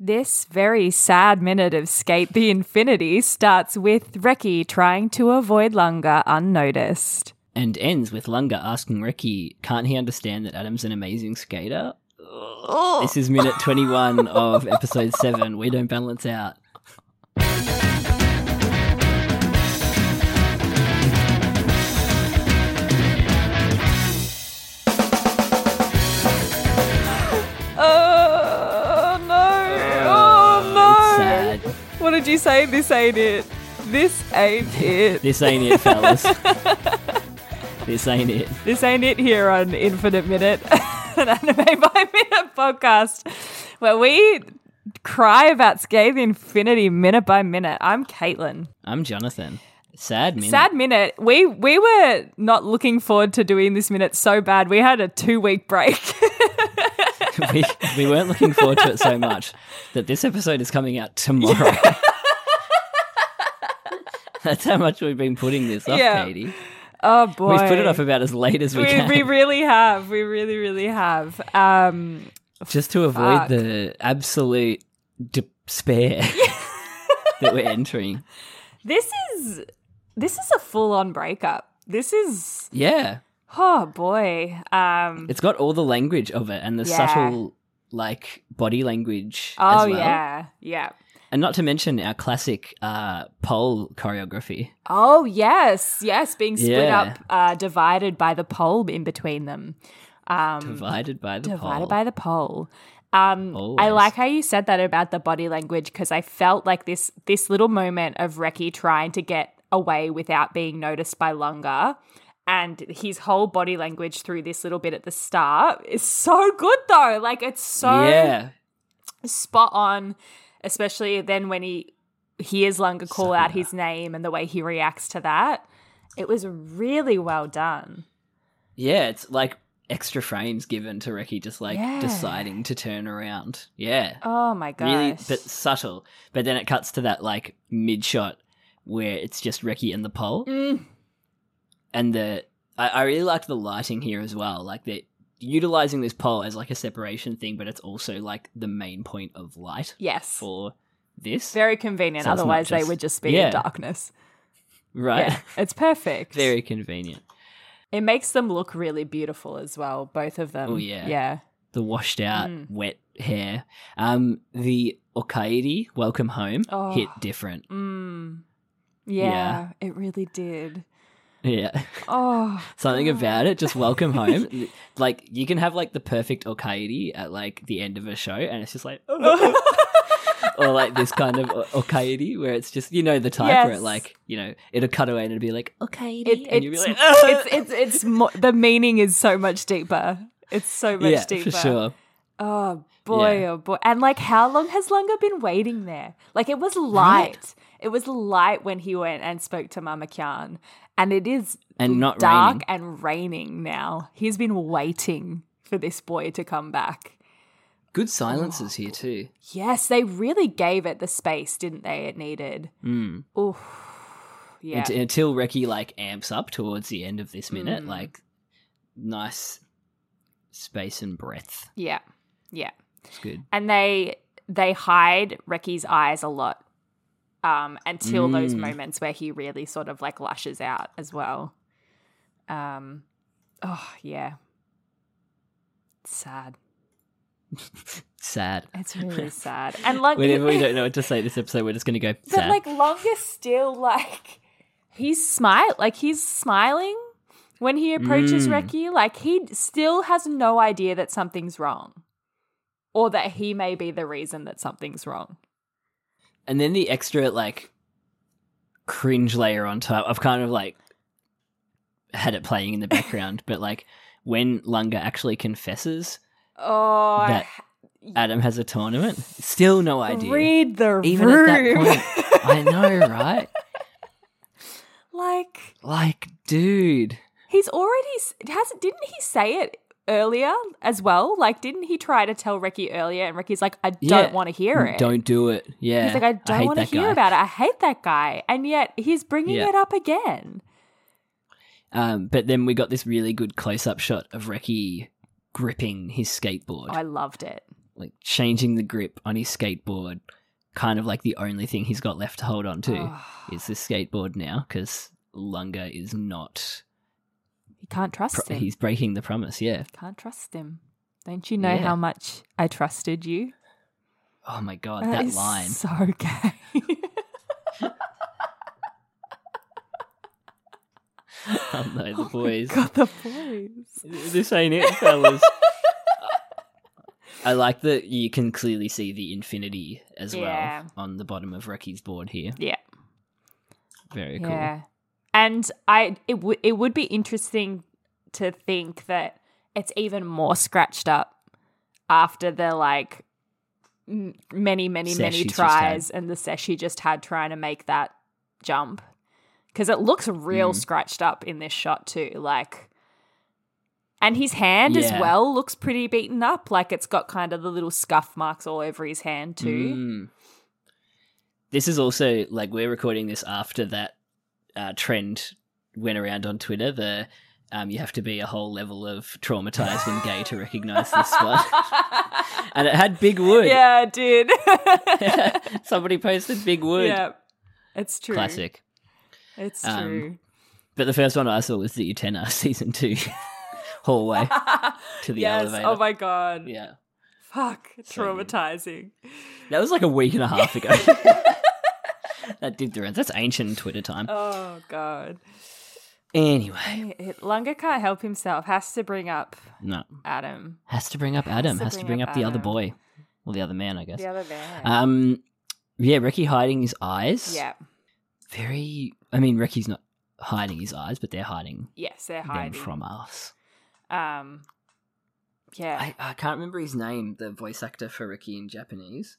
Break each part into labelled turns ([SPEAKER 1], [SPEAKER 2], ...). [SPEAKER 1] This very sad minute of Skate the Infinity starts with Reki trying to avoid Lunga unnoticed.
[SPEAKER 2] and ends with Lunga asking Ricky, can't he understand that Adam's an amazing skater? This is minute 21 of episode 7. We don't balance out.
[SPEAKER 1] Oh no! Oh
[SPEAKER 2] It's
[SPEAKER 1] no!
[SPEAKER 2] sad.
[SPEAKER 1] What did you say? This ain't it. This ain't it.
[SPEAKER 2] This ain't it, fellas. this ain't it.
[SPEAKER 1] this ain't it here on Infinite Minute, an anime by minute podcast where we cry about Skate the Infinity minute by minute. I'm Caitlin.
[SPEAKER 2] I'm Jonathan. Sad minute.
[SPEAKER 1] Sad minute. We we were not looking forward to doing this minute so bad. We had a two week break.
[SPEAKER 2] we, we weren't looking forward to it so much that this episode is coming out tomorrow. That's how much we've been putting this off,
[SPEAKER 1] Yeah.
[SPEAKER 2] Katie.
[SPEAKER 1] oh boy,
[SPEAKER 2] We've put it off about as late as we,
[SPEAKER 1] We,
[SPEAKER 2] can.
[SPEAKER 1] we really have. We really really have. Um,
[SPEAKER 2] just to avoid
[SPEAKER 1] Fuck.
[SPEAKER 2] the absolute despair that we're entering.
[SPEAKER 1] this is this is a full on breakup. This is
[SPEAKER 2] Yeah,
[SPEAKER 1] oh boy. Um,
[SPEAKER 2] it's got all the language of it and the
[SPEAKER 1] Yeah.
[SPEAKER 2] subtle like body language
[SPEAKER 1] oh
[SPEAKER 2] as well.
[SPEAKER 1] yeah, yeah.
[SPEAKER 2] And not to mention our classic uh pole choreography.
[SPEAKER 1] Oh yes, yes. Being split
[SPEAKER 2] Yeah.
[SPEAKER 1] up, uh, divided by the pole in between them. Um,
[SPEAKER 2] Divided by the
[SPEAKER 1] divided
[SPEAKER 2] pole.
[SPEAKER 1] by the pole. Um, I
[SPEAKER 2] Always.
[SPEAKER 1] like how you said that about the body language because I felt like this this little moment of Reki trying to get away without being noticed by Lunga, and his whole body language through this little bit at the start is so good though. Like it's so
[SPEAKER 2] Yeah.
[SPEAKER 1] spot on, especially then when he hears Lunga call out
[SPEAKER 2] Sakura.
[SPEAKER 1] his name and the way he reacts to that. It was really well done.
[SPEAKER 2] Yeah, it's like extra frames given to Ricky just like
[SPEAKER 1] Yeah.
[SPEAKER 2] deciding to turn around. Yeah.
[SPEAKER 1] Oh my gosh!
[SPEAKER 2] Really but subtle. But then it cuts to that like mid shot where it's just Ricky and the pole.
[SPEAKER 1] Mm.
[SPEAKER 2] and the I, I really liked the lighting here as well. Like they're utilizing this pole as like a separation thing, but it's also like the main point of light
[SPEAKER 1] yes.
[SPEAKER 2] for this,
[SPEAKER 1] Very convenient.
[SPEAKER 2] So it's not
[SPEAKER 1] Otherwise, they
[SPEAKER 2] just-
[SPEAKER 1] would just be
[SPEAKER 2] Yeah.
[SPEAKER 1] in darkness.
[SPEAKER 2] right?
[SPEAKER 1] Yeah, it's perfect.
[SPEAKER 2] Very convenient.
[SPEAKER 1] It makes them look really beautiful as well, both of them.
[SPEAKER 2] Oh, yeah.
[SPEAKER 1] Yeah.
[SPEAKER 2] The washed out,
[SPEAKER 1] Mm.
[SPEAKER 2] wet hair. Um, the Okaidi welcome home
[SPEAKER 1] Oh.
[SPEAKER 2] hit different.
[SPEAKER 1] Mm. Yeah,
[SPEAKER 2] Yeah.
[SPEAKER 1] it really did.
[SPEAKER 2] Yeah,
[SPEAKER 1] Oh,
[SPEAKER 2] something
[SPEAKER 1] God.
[SPEAKER 2] about it. Just welcome home. like you can have like the perfect Okaidi at like the end of a show, and it's just like. oh. or like this kind of o- okaidi where it's just you know the type where
[SPEAKER 1] Yes.
[SPEAKER 2] it like you know it'll cut away and it'll be like okaidi
[SPEAKER 1] It,
[SPEAKER 2] and you'll be
[SPEAKER 1] it's,
[SPEAKER 2] like "Ah!"
[SPEAKER 1] it's it's it's mo- the meaning is so much deeper. It's so much
[SPEAKER 2] yeah
[SPEAKER 1] deeper.
[SPEAKER 2] for sure
[SPEAKER 1] Oh boy,
[SPEAKER 2] Yeah.
[SPEAKER 1] oh boy. And like how long has Lunga been waiting there? Like it was light. It was light when he went and spoke to Mama Kyan. And it is
[SPEAKER 2] and not
[SPEAKER 1] dark
[SPEAKER 2] raining
[SPEAKER 1] and raining now. He's been waiting for this boy to come back.
[SPEAKER 2] good silences here too
[SPEAKER 1] Yes, they really gave it the space, didn't they? It needed.
[SPEAKER 2] mm.
[SPEAKER 1] Ooh, yeah.
[SPEAKER 2] Unt- until Reki like amps up towards the end of this minute
[SPEAKER 1] Mm.
[SPEAKER 2] like nice space and breadth
[SPEAKER 1] yeah. Yeah.
[SPEAKER 2] it's good
[SPEAKER 1] And they they hide Reki's eyes a lot. Um, until those
[SPEAKER 2] Mm.
[SPEAKER 1] moments where he really sort of like lashes out as well. Um oh yeah. Sad.
[SPEAKER 2] sad
[SPEAKER 1] It's really sad. And like
[SPEAKER 2] whenever we don't know what to say this episode we're just gonna go
[SPEAKER 1] But
[SPEAKER 2] sad
[SPEAKER 1] like longer still, like he's smile, like he's smiling when he approaches
[SPEAKER 2] Mm.
[SPEAKER 1] Reki. Like he still has no idea that something's wrong, or that he may be the reason that something's wrong.
[SPEAKER 2] and then the extra like cringe layer on top i've kind of like had it playing in the background but like when lunga actually confesses
[SPEAKER 1] Oh, I
[SPEAKER 2] that Adam has a tournament? Still no idea.
[SPEAKER 1] read the
[SPEAKER 2] Even
[SPEAKER 1] room.
[SPEAKER 2] at that point, I know, right?
[SPEAKER 1] like
[SPEAKER 2] Like, dude,
[SPEAKER 1] he's already s- has didn't he say it earlier as well? Like didn't he try to tell Reki earlier and Reki's like I don't
[SPEAKER 2] Yeah.
[SPEAKER 1] want to hear it.
[SPEAKER 2] don't do it. Yeah,
[SPEAKER 1] He's like, I don't
[SPEAKER 2] hate
[SPEAKER 1] want to
[SPEAKER 2] that
[SPEAKER 1] hear
[SPEAKER 2] guy.
[SPEAKER 1] about it. I hate that guy. And yet he's bringing
[SPEAKER 2] Yeah.
[SPEAKER 1] it up again.
[SPEAKER 2] Um, but then we got this really good close-up shot of Reki gripping his skateboard,
[SPEAKER 1] I loved it.
[SPEAKER 2] like changing the grip on his skateboard. Kind of like the only thing he's got left to hold on
[SPEAKER 1] Oh.
[SPEAKER 2] to is this skateboard now, because Lunga is not.
[SPEAKER 1] You can't trust
[SPEAKER 2] Pro-
[SPEAKER 1] him.
[SPEAKER 2] he's breaking the promise. Yeah.
[SPEAKER 1] Can't trust him. Don't you know
[SPEAKER 2] Yeah.
[SPEAKER 1] how much I trusted you?
[SPEAKER 2] Oh my god,
[SPEAKER 1] That
[SPEAKER 2] that
[SPEAKER 1] is
[SPEAKER 2] line.
[SPEAKER 1] So gay.
[SPEAKER 2] Oh no, the
[SPEAKER 1] Oh my
[SPEAKER 2] boys.
[SPEAKER 1] God, the boys.
[SPEAKER 2] This ain't it, fellas. I like that you can clearly see the infinity as
[SPEAKER 1] Yeah.
[SPEAKER 2] well on the bottom of Reki's board here.
[SPEAKER 1] Yeah.
[SPEAKER 2] Very cool.
[SPEAKER 1] Yeah. And I it would it would be interesting to think that it's even more scratched up after the like m- many many
[SPEAKER 2] Sesh
[SPEAKER 1] many
[SPEAKER 2] he's just had.
[SPEAKER 1] tries and the sesh he just had trying to make that jump cuz it looks real
[SPEAKER 2] Mm.
[SPEAKER 1] scratched up in this shot too like and his hand as
[SPEAKER 2] Yeah.
[SPEAKER 1] well looks pretty beaten up like it's got kind of the little scuff marks all over his hand too
[SPEAKER 2] Mm. This is also like we're recording this after that uh, trend went around on Twitter. The um, you have to be a whole level of traumatized and gay to recognize this one, and it had Big Wood.
[SPEAKER 1] yeah, it did.
[SPEAKER 2] Somebody posted Big Wood.
[SPEAKER 1] yeah, it's true.
[SPEAKER 2] Classic.
[SPEAKER 1] It's
[SPEAKER 2] Um,
[SPEAKER 1] true.
[SPEAKER 2] But the first one I saw was the Utena season two hallway to the
[SPEAKER 1] yes.
[SPEAKER 2] elevator.
[SPEAKER 1] Oh my god.
[SPEAKER 2] yeah,
[SPEAKER 1] Fuck.
[SPEAKER 2] So good.
[SPEAKER 1] Traumatizing.
[SPEAKER 2] that was like a week and a half ago. that did the rounds. That's ancient Twitter time.
[SPEAKER 1] Oh god.
[SPEAKER 2] Anyway,
[SPEAKER 1] Lunga can't help himself. Has to bring up
[SPEAKER 2] no,
[SPEAKER 1] Adam,
[SPEAKER 2] has to bring up Adam. Has to bring up, the other
[SPEAKER 1] Adam.
[SPEAKER 2] boy, or the other man, I guess.
[SPEAKER 1] the other man.
[SPEAKER 2] Um, yeah, Reki hiding his eyes.
[SPEAKER 1] yeah.
[SPEAKER 2] very. I mean, Reki's not hiding his eyes, but they're hiding,
[SPEAKER 1] Yes, they're
[SPEAKER 2] them
[SPEAKER 1] hiding
[SPEAKER 2] from us.
[SPEAKER 1] Um. Yeah.
[SPEAKER 2] I, I can't remember his name, the voice actor for Ricky in Japanese.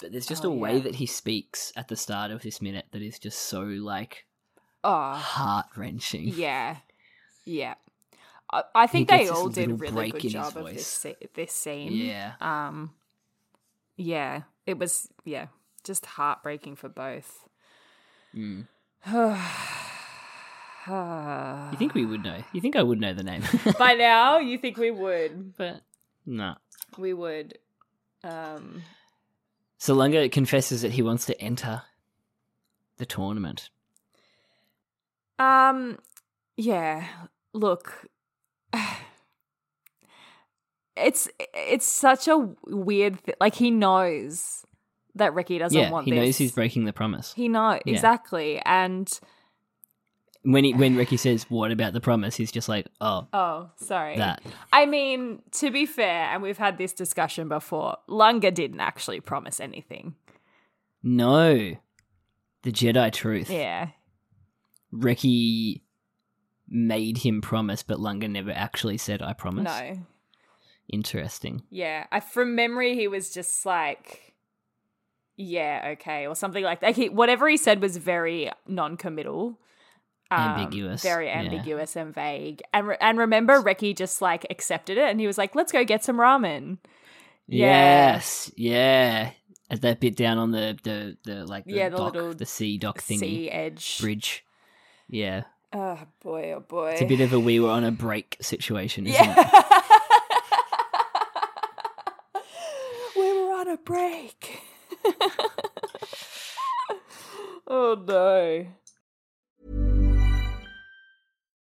[SPEAKER 2] But there's just
[SPEAKER 1] Oh,
[SPEAKER 2] a way
[SPEAKER 1] yeah.
[SPEAKER 2] that he speaks at the start of this minute that is just so like
[SPEAKER 1] oh.
[SPEAKER 2] heart wrenching.
[SPEAKER 1] Yeah. Yeah. I, I think
[SPEAKER 2] He
[SPEAKER 1] they
[SPEAKER 2] gets this
[SPEAKER 1] all did a
[SPEAKER 2] little
[SPEAKER 1] really
[SPEAKER 2] break
[SPEAKER 1] good
[SPEAKER 2] in his
[SPEAKER 1] job of
[SPEAKER 2] voice.
[SPEAKER 1] this sce- this scene.
[SPEAKER 2] Yeah.
[SPEAKER 1] um yeah it was yeah just heartbreaking for both
[SPEAKER 2] Mm.
[SPEAKER 1] you
[SPEAKER 2] You think we would know? You think I would know the name?
[SPEAKER 1] by now you think we would
[SPEAKER 2] but no.
[SPEAKER 1] we would um
[SPEAKER 2] Salunga confesses that he wants to enter the tournament.
[SPEAKER 1] um yeah look it's it's such a weird thi- like he knows that Ricky doesn't
[SPEAKER 2] yeah,
[SPEAKER 1] want
[SPEAKER 2] he
[SPEAKER 1] this
[SPEAKER 2] knows he's breaking the promise.
[SPEAKER 1] he knows
[SPEAKER 2] Yeah.
[SPEAKER 1] exactly and
[SPEAKER 2] When he, when Ricky says, "What about the promise?" He's just like, "Oh,
[SPEAKER 1] oh sorry
[SPEAKER 2] that."
[SPEAKER 1] I mean, to be fair, and we've had this discussion before, Lunga didn't actually promise anything.
[SPEAKER 2] No, the Jedi truth.
[SPEAKER 1] Yeah.
[SPEAKER 2] Reki made him promise, but Lunga never actually said, I promise.
[SPEAKER 1] No.
[SPEAKER 2] Interesting.
[SPEAKER 1] Yeah. I, from memory, he was just like, yeah, okay, or something like that. Like he, whatever he said was very non committal.
[SPEAKER 2] Ambiguous,
[SPEAKER 1] Very
[SPEAKER 2] yeah.
[SPEAKER 1] ambiguous and vague. And, re- and remember, Reki just like accepted it and he was like, let's go get some ramen. Yeah.
[SPEAKER 2] Yes. Yeah. At that bit down on the, the, the like, the
[SPEAKER 1] Yeah, the
[SPEAKER 2] dock,
[SPEAKER 1] little
[SPEAKER 2] the sea dock thingy,
[SPEAKER 1] Sea edge.
[SPEAKER 2] bridge. Yeah.
[SPEAKER 1] Oh, boy, oh, boy.
[SPEAKER 2] It's a bit of a we were on a break situation, isn't it?
[SPEAKER 1] Yeah. we were on a break. oh no.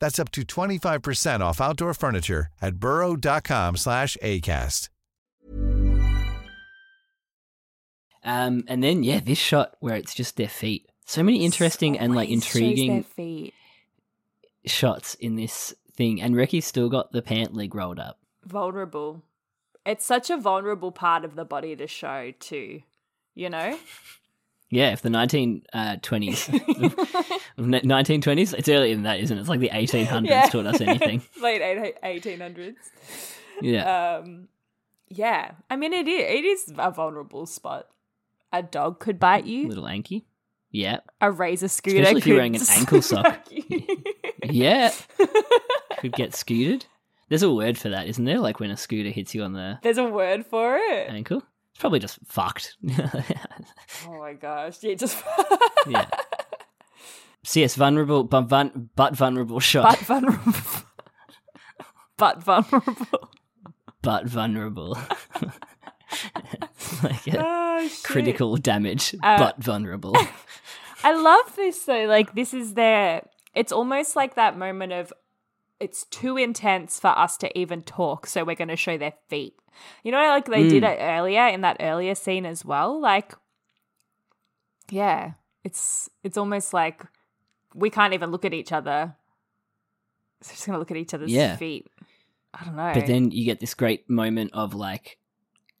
[SPEAKER 3] That's up to 25% off outdoor furniture at burrow.com/acast.
[SPEAKER 2] Um, and then yeah, this shot where it's just their feet. So many interesting and like
[SPEAKER 1] Always shows Their
[SPEAKER 2] intriguing
[SPEAKER 1] feet.
[SPEAKER 2] shots in this thing. And Reki's still got the pant leg rolled up.
[SPEAKER 1] Vulnerable. It's such a vulnerable part of the body to show too. You know?
[SPEAKER 2] Yeah, if the nineteen uh, twenties, nineteen twenties, it's earlier than that, isn't it? It's like the eighteen hundreds
[SPEAKER 1] Yeah.
[SPEAKER 2] taught us anything.
[SPEAKER 1] Late eight- 1800s.
[SPEAKER 2] Yeah,
[SPEAKER 1] Um, yeah. I mean, it is, it is a vulnerable spot. A dog could bite you.
[SPEAKER 2] little Anki. Yeah,
[SPEAKER 1] A razor scooter
[SPEAKER 2] Especially if
[SPEAKER 1] could
[SPEAKER 2] you're wearing an ankle sock.
[SPEAKER 1] smack you.
[SPEAKER 2] yeah, could get scooted. There's a word for that, isn't there? Like when a scooter hits you on the
[SPEAKER 1] There's a word for it.
[SPEAKER 2] ankle. It's probably just fucked.
[SPEAKER 1] Oh my gosh. Yeah, just
[SPEAKER 2] yeah. So yes, vulnerable, but, vul- but vulnerable shot,
[SPEAKER 1] butt vulnerable. butt vulnerable.
[SPEAKER 2] but vulnerable. It's like a
[SPEAKER 1] Oh, shit.
[SPEAKER 2] critical damage,
[SPEAKER 1] Uh,
[SPEAKER 2] but vulnerable.
[SPEAKER 1] I love this though. Like this is their. It's almost like that moment of it's too intense for us to even talk, so we're going to show their feet. You know, like they did it earlier in that earlier scene as well. Like, yeah, it's it's almost like we can't even look at each other. So we're just going to look at each other's
[SPEAKER 2] Yeah.
[SPEAKER 1] feet. I don't know.
[SPEAKER 2] But then you get this great moment of like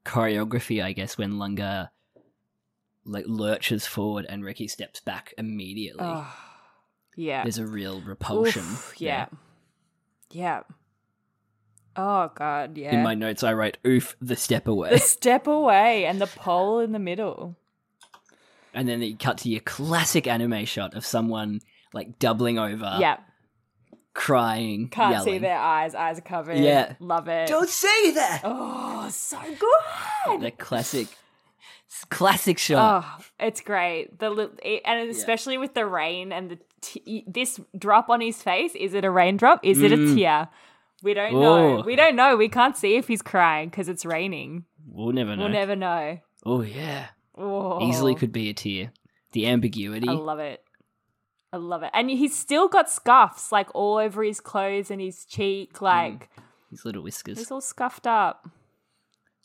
[SPEAKER 2] choreography, I guess, when Lunga like lurches forward and Ricky steps back immediately.
[SPEAKER 1] Ugh. Oh, yeah,
[SPEAKER 2] There's a real repulsion.
[SPEAKER 1] Oof,
[SPEAKER 2] there.
[SPEAKER 1] yeah, yeah. Oh god, yeah.
[SPEAKER 2] In my notes, I write "oof" the step
[SPEAKER 1] the
[SPEAKER 2] away,
[SPEAKER 1] step away and the pole in the middle.
[SPEAKER 2] and then you cut to your classic anime shot of someone like doubling over,
[SPEAKER 1] yeah,
[SPEAKER 2] crying,
[SPEAKER 1] can't
[SPEAKER 2] Uh, yelling.
[SPEAKER 1] see their eyes. Eyes are covered.
[SPEAKER 2] Yeah.
[SPEAKER 1] love it.
[SPEAKER 2] Don't say that.
[SPEAKER 1] Oh, so good.
[SPEAKER 2] The classic, classic shot.
[SPEAKER 1] Oh, it's great. The li- it, and especially with the rain and the t- this drop on his face. Is it a raindrop? Is it
[SPEAKER 2] Mm.
[SPEAKER 1] a tear? We don't know.
[SPEAKER 2] Ooh.
[SPEAKER 1] We don't know. We can't see if he's crying because it's raining.
[SPEAKER 2] We'll never know.
[SPEAKER 1] We'll never know.
[SPEAKER 2] Oh yeah,
[SPEAKER 1] Oh.
[SPEAKER 2] easily could be a tear. The ambiguity.
[SPEAKER 1] I love it. I love it. And he's still got scuffs like all over his clothes and his
[SPEAKER 2] Mm.
[SPEAKER 1] cheek. Like
[SPEAKER 2] These little whiskers.
[SPEAKER 1] he's all scuffed up.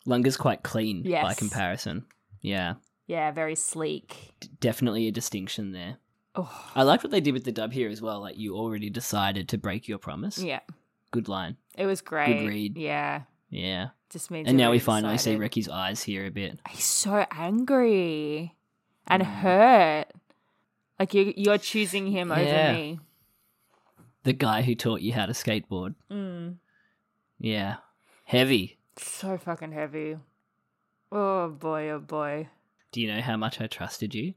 [SPEAKER 2] Lunga's quite clean by
[SPEAKER 1] Yes.
[SPEAKER 2] comparison. Yeah,
[SPEAKER 1] Yeah, very sleek.
[SPEAKER 2] d- definitely a distinction there.
[SPEAKER 1] Oh,
[SPEAKER 2] I liked what they did with the dub here as well. Like you already decided to break your promise.
[SPEAKER 1] yeah.
[SPEAKER 2] Good line.
[SPEAKER 1] It was great.
[SPEAKER 2] read.
[SPEAKER 1] Yeah.
[SPEAKER 2] Yeah.
[SPEAKER 1] Just means.
[SPEAKER 2] and
[SPEAKER 1] you're
[SPEAKER 2] now we
[SPEAKER 1] really
[SPEAKER 2] finally see
[SPEAKER 1] excited.
[SPEAKER 2] Reki's eyes here a bit.
[SPEAKER 1] He's so angry and hurt. Like you, you're choosing him
[SPEAKER 2] Yeah.
[SPEAKER 1] over me.
[SPEAKER 2] The guy who taught you how to skateboard. Yeah. Heavy.
[SPEAKER 1] Mm, So fucking heavy. Oh boy, oh boy.
[SPEAKER 2] Do you know how much I trusted you?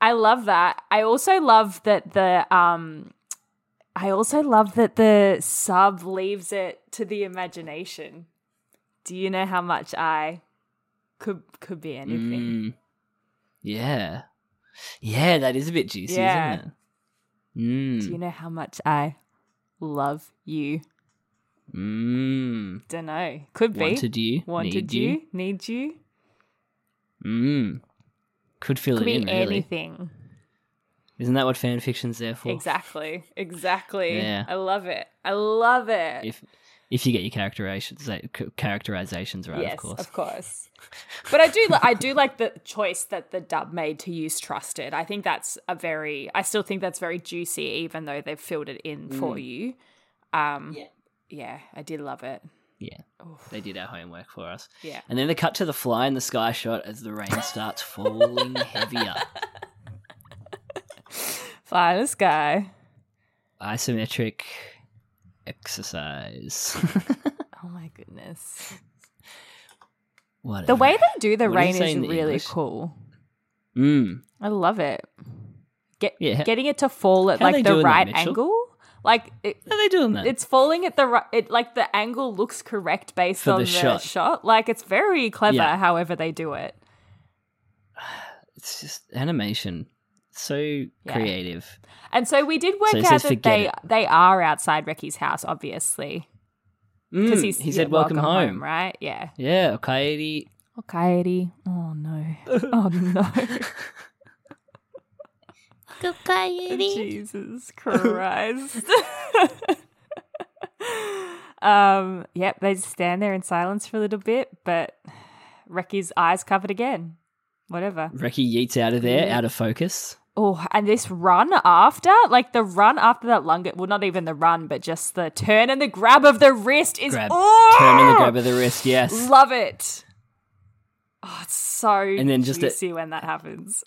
[SPEAKER 1] I love that. I also love that the um I also love that the sub leaves it to the imagination. Do you know how much I could could be anything?
[SPEAKER 2] Mm. Yeah. Yeah, that is a bit juicy,
[SPEAKER 1] Yeah.
[SPEAKER 2] isn't it? Mm.
[SPEAKER 1] Do you know how much I love you?
[SPEAKER 2] mm.
[SPEAKER 1] Don't know. Could be.
[SPEAKER 2] Wanted you.
[SPEAKER 1] Wanted
[SPEAKER 2] need
[SPEAKER 1] you,
[SPEAKER 2] you.
[SPEAKER 1] Need you.
[SPEAKER 2] Mm. Could fill
[SPEAKER 1] Could
[SPEAKER 2] it in,
[SPEAKER 1] be
[SPEAKER 2] really.
[SPEAKER 1] anything.
[SPEAKER 2] Isn't that what fan fiction's there for?
[SPEAKER 1] Exactly. Exactly.
[SPEAKER 2] Yeah.
[SPEAKER 1] I love it. I love it.
[SPEAKER 2] If if you get your characterizations characterizations right,
[SPEAKER 1] yes,
[SPEAKER 2] of course.
[SPEAKER 1] course. but I do, li- I do like the choice that the dub made to use "trusted." I think that's a very, I still think that's very juicy, even though they've filled it in for
[SPEAKER 2] Mm.
[SPEAKER 1] you. Um, yeah. I did love it.
[SPEAKER 2] Yeah, they did our homework for us.
[SPEAKER 1] Yeah.
[SPEAKER 2] And then the cut to the fly in the sky shot as the rain starts falling heavier.
[SPEAKER 1] Fly in the sky.
[SPEAKER 2] Isometric exercise.
[SPEAKER 1] Oh my goodness.
[SPEAKER 2] Whatever.
[SPEAKER 1] The way they do the
[SPEAKER 2] What do you
[SPEAKER 1] rain
[SPEAKER 2] say
[SPEAKER 1] is
[SPEAKER 2] in the
[SPEAKER 1] really
[SPEAKER 2] English?
[SPEAKER 1] cool.
[SPEAKER 2] Mm.
[SPEAKER 1] I love it. Get
[SPEAKER 2] Yeah.
[SPEAKER 1] getting it to fall at
[SPEAKER 2] How are they
[SPEAKER 1] like the
[SPEAKER 2] doing that,
[SPEAKER 1] right
[SPEAKER 2] Mitchell?
[SPEAKER 1] angle. Like it,
[SPEAKER 2] Are they doing that?
[SPEAKER 1] it's falling at the right. It like the angle looks correct based
[SPEAKER 2] For the
[SPEAKER 1] on the
[SPEAKER 2] shot.
[SPEAKER 1] shot. Like it's very clever.
[SPEAKER 2] Yeah.
[SPEAKER 1] However they do it.
[SPEAKER 2] It's just animation. So creative.
[SPEAKER 1] And so we did work
[SPEAKER 2] So he
[SPEAKER 1] out
[SPEAKER 2] says,
[SPEAKER 1] that
[SPEAKER 2] "Forget
[SPEAKER 1] they
[SPEAKER 2] it."
[SPEAKER 1] they are outside Recky's house, obviously, because
[SPEAKER 2] Mm, he said,
[SPEAKER 1] yeah,
[SPEAKER 2] welcome, home.
[SPEAKER 1] right? Yeah.
[SPEAKER 2] Yeah, Okaidi.
[SPEAKER 1] Oh, Coyote. Oh no. Oh no. Jesus Christ. um, yep, they just stand there in silence for a little bit, but Recky's eyes covered again. Whatever.
[SPEAKER 2] Reki yeets out of there, out of focus.
[SPEAKER 1] Oh, and this run after, like the run after that lunga, well, not even the run, but just the turn and the grab of the wrist is
[SPEAKER 2] Grab,
[SPEAKER 1] oh,
[SPEAKER 2] turn and the grab of the wrist. Yes.
[SPEAKER 1] Love it. Oh, it's so and
[SPEAKER 2] then
[SPEAKER 1] then
[SPEAKER 2] just
[SPEAKER 1] just
[SPEAKER 2] the-
[SPEAKER 1] juicy when that happens.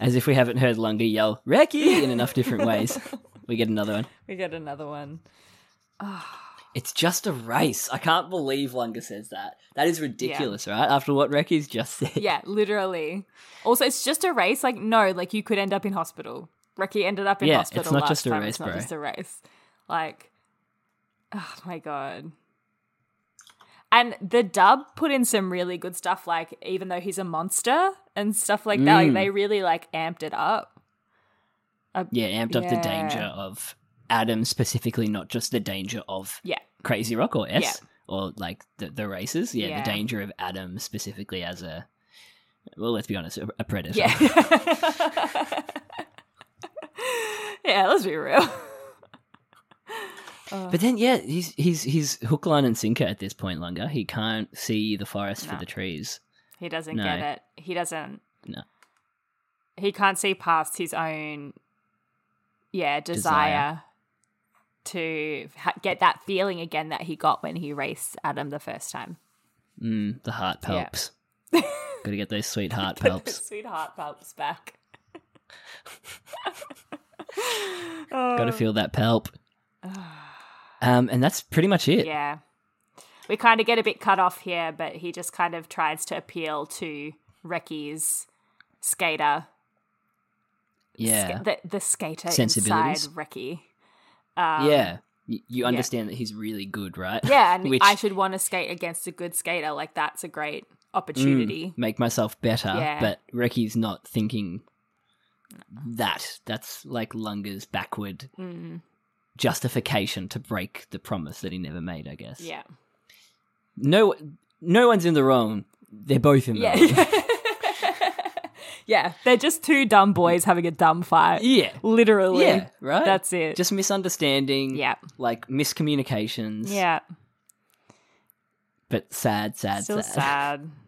[SPEAKER 2] As if we haven't heard Lunga yell Reki in enough different ways. We get another one.
[SPEAKER 1] We get another one.
[SPEAKER 2] It's just a race. I can't believe Lunga says that. That is ridiculous, right? After what Reki's just said.
[SPEAKER 1] Yeah, literally. Also, it's just a race. Like, no, like you could end up in hospital. Ricky ended up in
[SPEAKER 2] Yeah,
[SPEAKER 1] hospital.
[SPEAKER 2] it's not
[SPEAKER 1] last
[SPEAKER 2] just a
[SPEAKER 1] time.
[SPEAKER 2] race,
[SPEAKER 1] It's not
[SPEAKER 2] bro.
[SPEAKER 1] just a race. Like, oh my god. And the dub put in some really good stuff. Like, even though he's a monster and stuff like that, like
[SPEAKER 2] Mm.
[SPEAKER 1] they really like amped it up. Uh,
[SPEAKER 2] Yeah, amped up the
[SPEAKER 1] Yeah.
[SPEAKER 2] danger of Adam specifically, not just the danger of
[SPEAKER 1] yeah,
[SPEAKER 2] Crazy Rock or S
[SPEAKER 1] Yeah.
[SPEAKER 2] or like the, the races. Yeah,
[SPEAKER 1] Yeah.
[SPEAKER 2] the danger of Adam specifically as a well, let's be honest, a, a predator.
[SPEAKER 1] yeah, yeah. Let's be real.
[SPEAKER 2] But then, yeah, he's he's he's hook, line, and sinker at this point. Longer, he can't see the forest for the trees.
[SPEAKER 1] He doesn't
[SPEAKER 2] No.
[SPEAKER 1] get it. He doesn't.
[SPEAKER 2] No.
[SPEAKER 1] He can't see past his own, yeah,
[SPEAKER 2] Desire.
[SPEAKER 1] desire, to ha- get that feeling again that he got when he raced Adam the first time.
[SPEAKER 2] Mm, the heart
[SPEAKER 1] Yeah.
[SPEAKER 2] palps. Got to get those sweet heart palps.
[SPEAKER 1] Sweetheart palps back.
[SPEAKER 2] Got to feel that palp. Um, and that's pretty much it.
[SPEAKER 1] Yeah. We kind of get a bit cut off here, but he just kind of tries to appeal to Recky's skater
[SPEAKER 2] Yeah,
[SPEAKER 1] Ska- the, the skater inside
[SPEAKER 2] Sensibilities.
[SPEAKER 1] Recky.
[SPEAKER 2] yeah. Y- You understand that he's really good, right?
[SPEAKER 1] um, Yeah, and
[SPEAKER 2] Which mm,
[SPEAKER 1] I should want to skate against a good skater. Like that's a great opportunity.
[SPEAKER 2] make myself better.
[SPEAKER 1] Yeah.
[SPEAKER 2] But Reki's not thinking that. That's like Lunga's backward
[SPEAKER 1] Mm.
[SPEAKER 2] justification to break the promise that he never made. I guess.
[SPEAKER 1] Yeah,
[SPEAKER 2] No, no one's in the wrong. They're both in the
[SPEAKER 1] yeah,
[SPEAKER 2] wrong.
[SPEAKER 1] yeah. They're just two dumb boys having a dumb fight.
[SPEAKER 2] Yeah.
[SPEAKER 1] literally.
[SPEAKER 2] Yeah, right?
[SPEAKER 1] That's it.
[SPEAKER 2] Just misunderstanding.
[SPEAKER 1] Yeah.
[SPEAKER 2] Like miscommunications.
[SPEAKER 1] yeah,
[SPEAKER 2] But sad, sad,
[SPEAKER 1] still
[SPEAKER 2] sad.
[SPEAKER 1] sad.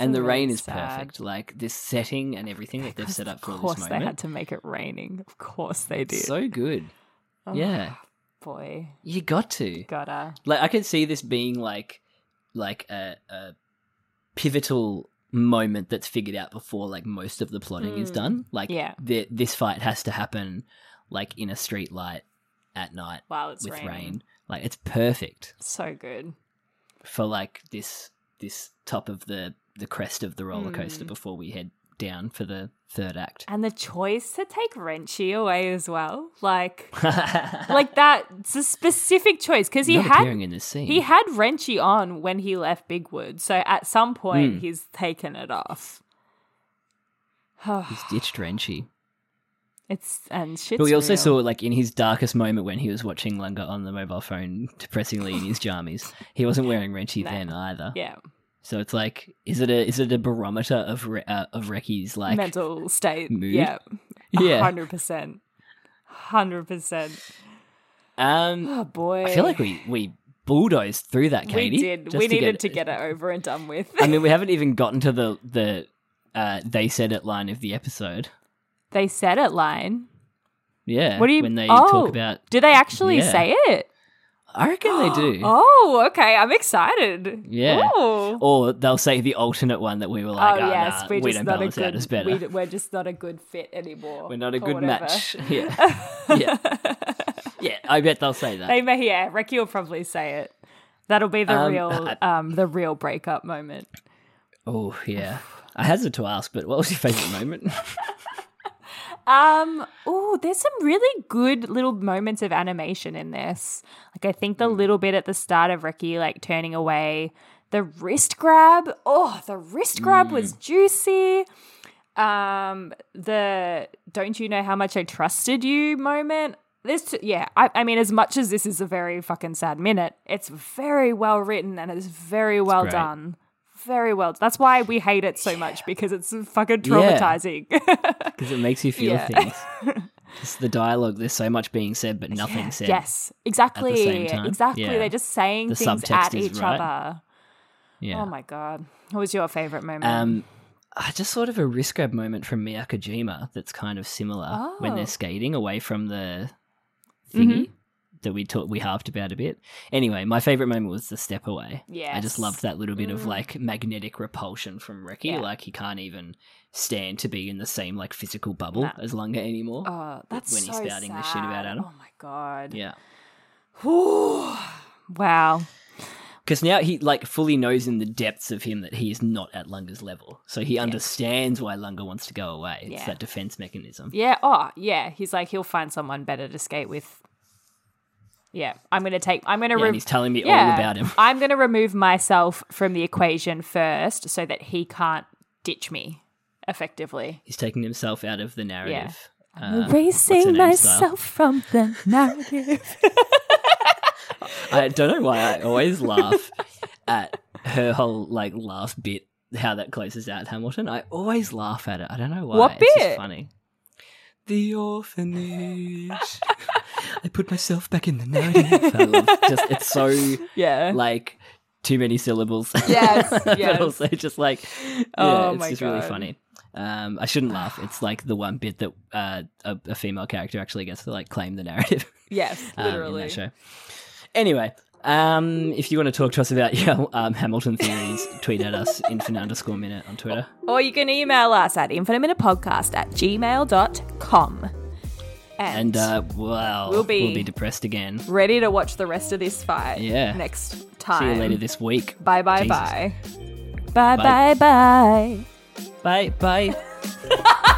[SPEAKER 2] And the
[SPEAKER 1] Still
[SPEAKER 2] rain
[SPEAKER 1] really
[SPEAKER 2] is
[SPEAKER 1] sad.
[SPEAKER 2] perfect. Like this setting and everything that they've set up for
[SPEAKER 1] Of
[SPEAKER 2] this
[SPEAKER 1] course,
[SPEAKER 2] moment.
[SPEAKER 1] they had to make it raining. Of course, they did.
[SPEAKER 2] So good.
[SPEAKER 1] Oh.
[SPEAKER 2] Yeah.
[SPEAKER 1] Boy,
[SPEAKER 2] You got to.
[SPEAKER 1] gotta.
[SPEAKER 2] Like I could see this being like like a, a pivotal moment that's figured out before like most of the plotting is done. Like
[SPEAKER 1] Hmm. Yeah.
[SPEAKER 2] the, this fight has to happen like in a street light at night
[SPEAKER 1] Wow, it's
[SPEAKER 2] with
[SPEAKER 1] raining.
[SPEAKER 2] rain. Like it's perfect.
[SPEAKER 1] So good.
[SPEAKER 2] for like this this top of the the crest of the roller coaster
[SPEAKER 1] Hmm.
[SPEAKER 2] before we head down for the third act.
[SPEAKER 1] And the choice to take Renchi away as well, like, like that. It's a specific choice because he
[SPEAKER 2] Not
[SPEAKER 1] had
[SPEAKER 2] appearing in this scene.
[SPEAKER 1] He had Renchi on when he left Bigwood, so at some point
[SPEAKER 2] Hmm.
[SPEAKER 1] he's taken it off.
[SPEAKER 2] He's ditched Renchi.
[SPEAKER 1] It's and shit.
[SPEAKER 2] But we also saw like in his darkest moment when he was watching Lunga on the mobile phone depressingly in his jammies. He wasn't wearing Renchi then either.
[SPEAKER 1] yeah,
[SPEAKER 2] So it's like is it a is it a barometer of Re- uh, of Reki's like
[SPEAKER 1] mental state.
[SPEAKER 2] mood?
[SPEAKER 1] Yeah,
[SPEAKER 2] Yeah.
[SPEAKER 1] hundred percent, hundred percent.
[SPEAKER 2] Um
[SPEAKER 1] Oh boy,
[SPEAKER 2] I feel like we we bulldozed through that Katie.
[SPEAKER 1] we did.
[SPEAKER 2] just
[SPEAKER 1] We needed
[SPEAKER 2] get-
[SPEAKER 1] to get it over and done with.
[SPEAKER 2] I mean, we haven't even gotten to the the uh, they said it line of the episode.
[SPEAKER 1] they said it, line.
[SPEAKER 2] Yeah,
[SPEAKER 1] What do you?
[SPEAKER 2] when they
[SPEAKER 1] oh,
[SPEAKER 2] talk about?
[SPEAKER 1] Do they actually
[SPEAKER 2] Yeah.
[SPEAKER 1] say it?
[SPEAKER 2] I reckon they do.
[SPEAKER 1] Oh, okay. I'm excited.
[SPEAKER 2] Yeah.
[SPEAKER 1] Ooh.
[SPEAKER 2] Or they'll say the alternate one that we were like,
[SPEAKER 1] oh
[SPEAKER 2] oh,
[SPEAKER 1] yes,
[SPEAKER 2] nah,
[SPEAKER 1] we're
[SPEAKER 2] we
[SPEAKER 1] just
[SPEAKER 2] don't
[SPEAKER 1] not a
[SPEAKER 2] balance out
[SPEAKER 1] good.
[SPEAKER 2] as better.
[SPEAKER 1] We, we're just not a good fit anymore.
[SPEAKER 2] We're not
[SPEAKER 1] or
[SPEAKER 2] a good
[SPEAKER 1] whatever.
[SPEAKER 2] match. Yeah, yeah, yeah. I bet they'll say that.
[SPEAKER 1] They may, yeah, Ricky will probably say it. That'll be the
[SPEAKER 2] Um,
[SPEAKER 1] real, um, the real breakup moment.
[SPEAKER 2] Oh yeah. I hazard to ask, but what was your favourite moment?
[SPEAKER 1] Um, oh, there's some really good little moments of animation in this. Like I think the little bit at the start of Ricky like turning away, the wrist grab. Oh, the wrist grab was juicy. Um, the don't you know how much I trusted you moment. This yeah, I, I mean as much as this is a very fucking sad minute, it's very well written and it's very well
[SPEAKER 2] great.
[SPEAKER 1] done. Very well. That's why we hate it so much because it's fucking
[SPEAKER 2] Yeah.
[SPEAKER 1] traumatizing.
[SPEAKER 2] because it makes you feel
[SPEAKER 1] Yeah.
[SPEAKER 2] things. It's the dialogue. There's so much being said, but nothing said.
[SPEAKER 1] Yes, exactly.
[SPEAKER 2] same time.
[SPEAKER 1] Exactly.
[SPEAKER 2] Yeah.
[SPEAKER 1] They're just saying
[SPEAKER 2] The
[SPEAKER 1] things
[SPEAKER 2] subtext
[SPEAKER 1] at
[SPEAKER 2] is
[SPEAKER 1] each
[SPEAKER 2] right.
[SPEAKER 1] other.
[SPEAKER 2] Yeah.
[SPEAKER 1] Oh my god. What was your favorite moment?
[SPEAKER 2] Um, I just sort of a wrist grab moment from Miyakojima that's kind of similar when
[SPEAKER 1] Oh. Mm-hmm.
[SPEAKER 2] they're skating away from the thingy that we talked we harped about a bit. Anyway, my favorite moment was the step away. I
[SPEAKER 1] Yes. Mm.
[SPEAKER 2] just loved that little bit of like magnetic repulsion from Reki.
[SPEAKER 1] Yeah.
[SPEAKER 2] Like he can't even stand to be in the same like physical bubble
[SPEAKER 1] Nah.
[SPEAKER 2] as Lunga anymore.
[SPEAKER 1] oh, that's
[SPEAKER 2] when he's
[SPEAKER 1] so
[SPEAKER 2] spouting this shit about
[SPEAKER 1] sad.
[SPEAKER 2] Adam.
[SPEAKER 1] Oh my god.
[SPEAKER 2] Yeah.
[SPEAKER 1] Whew. wow.
[SPEAKER 2] Because now he like fully knows in the depths of him that he is not at Lunga's level, so he understands why Lunga wants to go away. It's
[SPEAKER 1] Yeah.
[SPEAKER 2] that defense mechanism.
[SPEAKER 1] Yeah. Oh, yeah. He's like he'll find someone better to skate with. Yeah, I'm gonna take. I'm gonna.
[SPEAKER 2] Yeah,
[SPEAKER 1] re-
[SPEAKER 2] and he's telling me all
[SPEAKER 1] Yeah.
[SPEAKER 2] about him.
[SPEAKER 1] I'm gonna remove myself from the equation first, so that he can't ditch me. Effectively,
[SPEAKER 2] He's taking himself out of the narrative. Um, what's her
[SPEAKER 1] erasing
[SPEAKER 2] name style?
[SPEAKER 1] myself from the narrative.
[SPEAKER 2] I don't know why I always laugh at her whole like last bit, how that closes out Hamilton. I always laugh at it. I don't know why.
[SPEAKER 1] What
[SPEAKER 2] It's just
[SPEAKER 1] bit?
[SPEAKER 2] funny. The orphanage. I put myself back in the narrative. I love just it's so
[SPEAKER 1] Yeah.
[SPEAKER 2] like too many syllables.
[SPEAKER 1] Yes,
[SPEAKER 2] but
[SPEAKER 1] yes.
[SPEAKER 2] also just like yeah,
[SPEAKER 1] Oh
[SPEAKER 2] it's
[SPEAKER 1] my
[SPEAKER 2] just really
[SPEAKER 1] God.
[SPEAKER 2] funny. Um, I shouldn't laugh. It's like the one bit that uh, a, a female character actually gets to like claim the narrative.
[SPEAKER 1] yes,
[SPEAKER 2] um, in that show. Anyway, um, if you want to talk to us about your um, Hamilton theories, tweet at us infinite underscore minute on Twitter.
[SPEAKER 1] or you can email us at infiniteminutepodcast at gmail.com.
[SPEAKER 2] And uh, well,
[SPEAKER 1] We'll be-
[SPEAKER 2] we'll be depressed again.
[SPEAKER 1] ready to watch the rest of this fight
[SPEAKER 2] Yeah.
[SPEAKER 1] next time.
[SPEAKER 2] See you later this week.
[SPEAKER 1] Bye, bye,
[SPEAKER 2] Jesus.
[SPEAKER 1] bye. Bye, bye, bye.
[SPEAKER 2] Bye bye.